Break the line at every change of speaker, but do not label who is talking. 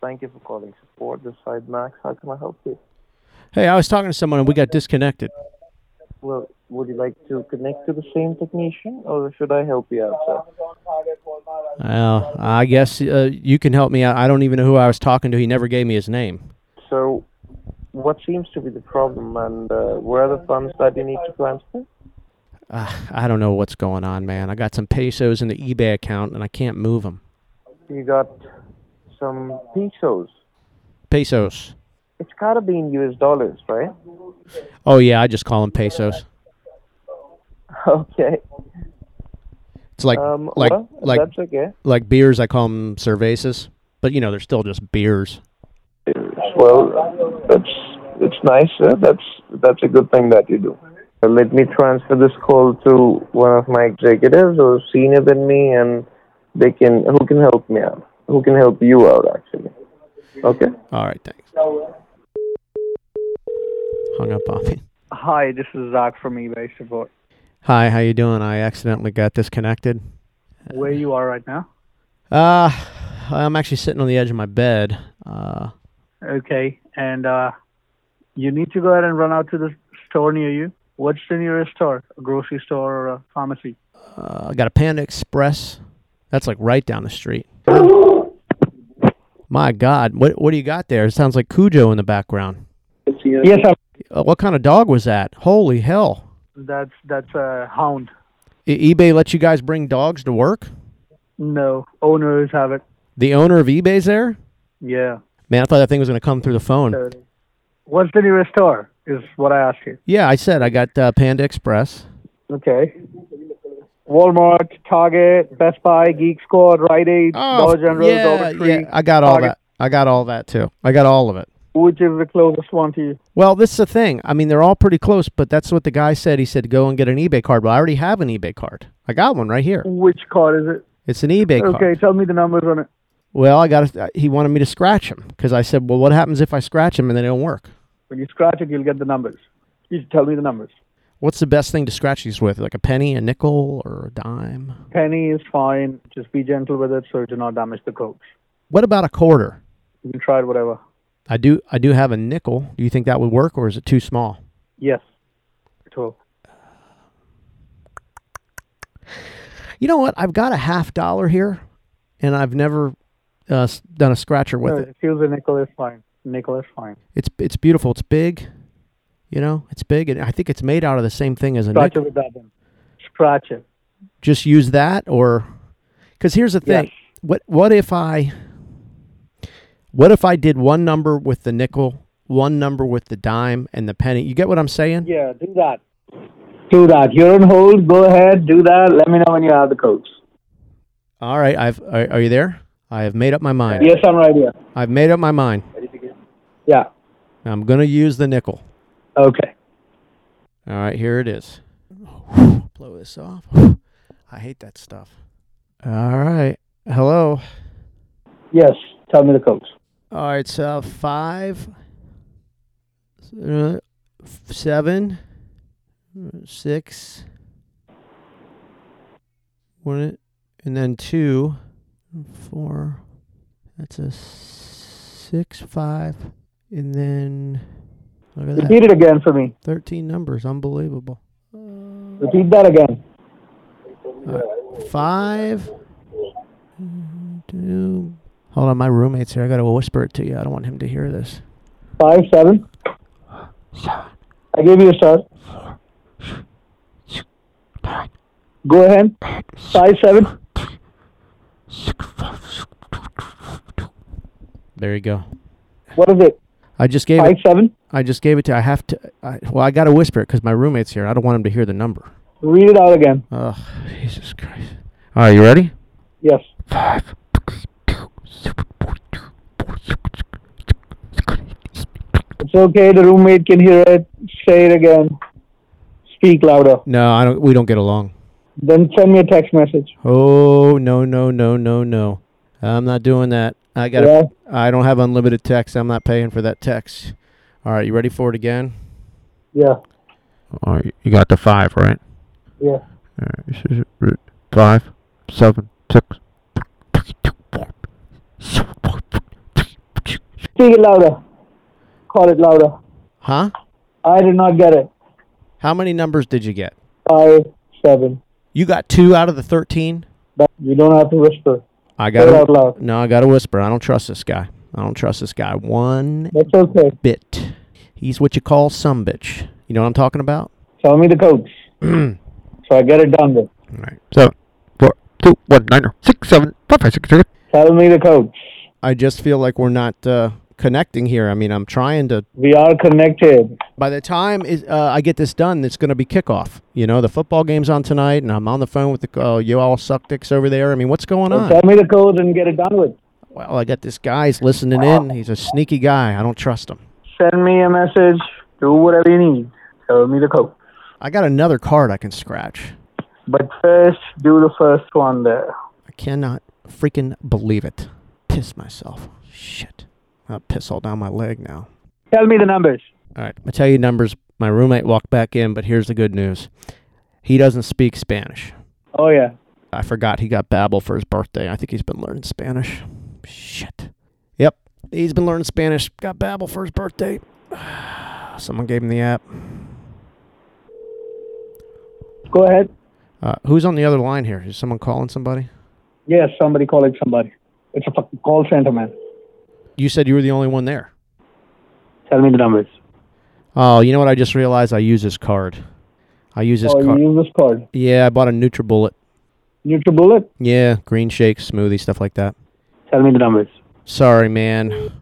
Thank you for calling support. This side, Max. How can I help you?
Hey, I was talking to someone and we got disconnected.
Well, would you like to connect to the same technician, or should I help you out, sir?
Well, I guess uh, you can help me out. I don't even know who I was talking to. He never gave me his name.
So, what seems to be the problem, and uh, where are the funds that you need to transfer?
Uh, I don't know what's going on, man. I got some pesos in the eBay account and I can't move them.
You got some pesos.
Pesos.
It's gotta be in US dollars, right?
Oh yeah, I just call them pesos.
Okay.
It's like
Um,
like
well,
like
that's okay.
like beers. I call them cervezas, but you know they're still just beers.
Well, that's it's nice. Sir. That's that's a good thing that you do. So let me transfer this call to one of my executives or senior than me, and they can who can help me out. Who can help you out actually? Okay.
All right, thanks. Hung up on me.
Hi, this is Zach from eBay Support.
Hi, how you doing? I accidentally got disconnected.
Where you are right now?
Uh, I'm actually sitting on the edge of my bed. Uh,
Okay, and uh, you need to go ahead and run out to the store near you. What's the nearest store? A grocery store or a pharmacy?
uh, I got a Panda Express. That's like right down the street. My God, what what do you got there? It sounds like Cujo in the background.
Yes, sir.
Uh, what kind of dog was that? Holy hell!
That's that's a hound.
E- eBay lets you guys bring dogs to work.
No, owners have it.
The owner of eBay's there.
Yeah.
Man, I thought that thing was going to come through the phone.
So, what's the nearest store? Is what I asked you.
Yeah, I said I got uh, Panda Express.
Okay. Walmart, Target, Best Buy, Geek Squad, Rite Aid, Dollar General,
Oh, yeah,
Dollar Tree.
yeah, I got all
Target.
that. I got all that too. I got all of it.
Which is the closest one to you?
Well, this is the thing. I mean, they're all pretty close, but that's what the guy said. He said go and get an eBay card. Well, I already have an eBay card. I got one right here.
Which card is it?
It's an eBay
Okay,
card.
tell me the numbers on it.
Well, I got. A, he wanted me to scratch him because I said, "Well, what happens if I scratch him and they don't work?
When you scratch it, you'll get the numbers. You tell me the numbers.
What's the best thing to scratch these with? Like a penny, a nickel, or a dime?
Penny is fine. Just be gentle with it so it do not damage the coach.
What about a quarter?
You can try it whatever.
I do. I do have a nickel. Do you think that would work, or is it too small?
Yes. It will.
You know what? I've got a half dollar here, and I've never uh, s- done a scratcher with
No,
it.
just use a nickel is fine. Nickel is fine.
It's it's beautiful. It's big. You know, it's big, and I think it's made out of the same thing as a
Scratch
nickel.
it with that then. Scratch it.
Just use that, or because here's the thing:
Yes.
what what if I what if I did one number with the nickel, one number with the dime, and the penny? You get what I'm saying?
Yeah, do that. Do that. You're on hold. Go ahead. Do that. Let me know when you have the coach.
All right. I've are, are you there? I have made up my mind.
Yes, I'm right here.
I've made up my mind.
Yeah.
I'm gonna use the nickel.
Okay.
All right, here it is. Blow this off. I hate that stuff. All right. Hello.
Yes. Tell me the coach.
All right, so five, uh, f- seven, uh, six, one, and then two, four. That's a six, five, and then look at that.
Repeat it again for me.
13 numbers. Unbelievable.
Repeat that again.
five. Two. Hold on, my roommate's here. I gotta whisper it to you. I don't want him to hear this.
Five, seven. I gave you a start. Go ahead. Five, seven.
There you go.
What is it?
I just gave
Five,
it.
seven.
I just gave it to. I have to. I, well, I gotta whisper it because my roommate's here. I don't want him to hear the number.
Read it out again.
Oh, Jesus Christ! All right, you ready?
Yes.
Five.
It's okay. The roommate can hear it. Say it again. Speak louder.
No, I don't. We don't get along.
Then send me a text message.
Oh no no no no no! I'm not doing that. I gotta.
Yeah.
I don't have unlimited text. I'm not paying for that text. All right, you ready for it again?
Yeah.
All right, you got the five, right?
Yeah.
All right, five, seven, six.
Speak it louder. Call it louder.
Huh?
I did not get it.
How many numbers did you get?
Five, seven.
You got two out of the 13?
That, you don't have to whisper.
I
Say it out
got
loud.
No, I got to whisper. I don't trust this guy. I don't trust this guy one
That's okay.
bit. He's what you call some bitch. You know what I'm talking about?
Tell me the codes. so I get it done with.
All right.
seven, four, two, one, nine, six, seven, five, five, six, seven.
Tell me the codes.
I just feel like we're not uh, connecting here. I mean, I'm trying to.
We are connected.
By the time is, uh, I get this done, it's going to be kickoff. You know, the football game's on tonight, and I'm on the phone with the uh, you all suck dicks over there. I mean, what's going on?
Tell me the codes and get it done with.
Well, I got this guy's listening in. He's a sneaky guy. I don't trust him.
Send me a message. Do whatever you need. Tell me the code.
I got another card I can scratch.
But first, do the first one there.
I cannot freaking believe it. Piss myself. Shit. I'll piss all down my leg now.
Tell me the numbers.
All right. I tell you numbers. My roommate walked back in, but here's the good news. He doesn't speak Spanish.
Oh yeah.
I forgot he got Babel for his birthday. I think he's been learning Spanish. Shit. Yep. He's been learning Spanish. Got Babel for his birthday. Someone gave him the app.
Go ahead.
Uh, who's on the other line here? Is someone calling somebody?
Yes, somebody call it somebody. It's a fucking call center, man.
You said you were the only one there.
Tell me the numbers.
Oh, you know what? I just realized I use this card. I use this
oh,
card.
you use this card.
Yeah, I bought a NutriBullet.
Nutribullet.
Yeah, green shakes, smoothie, stuff like that.
Tell me the numbers.
Sorry, man.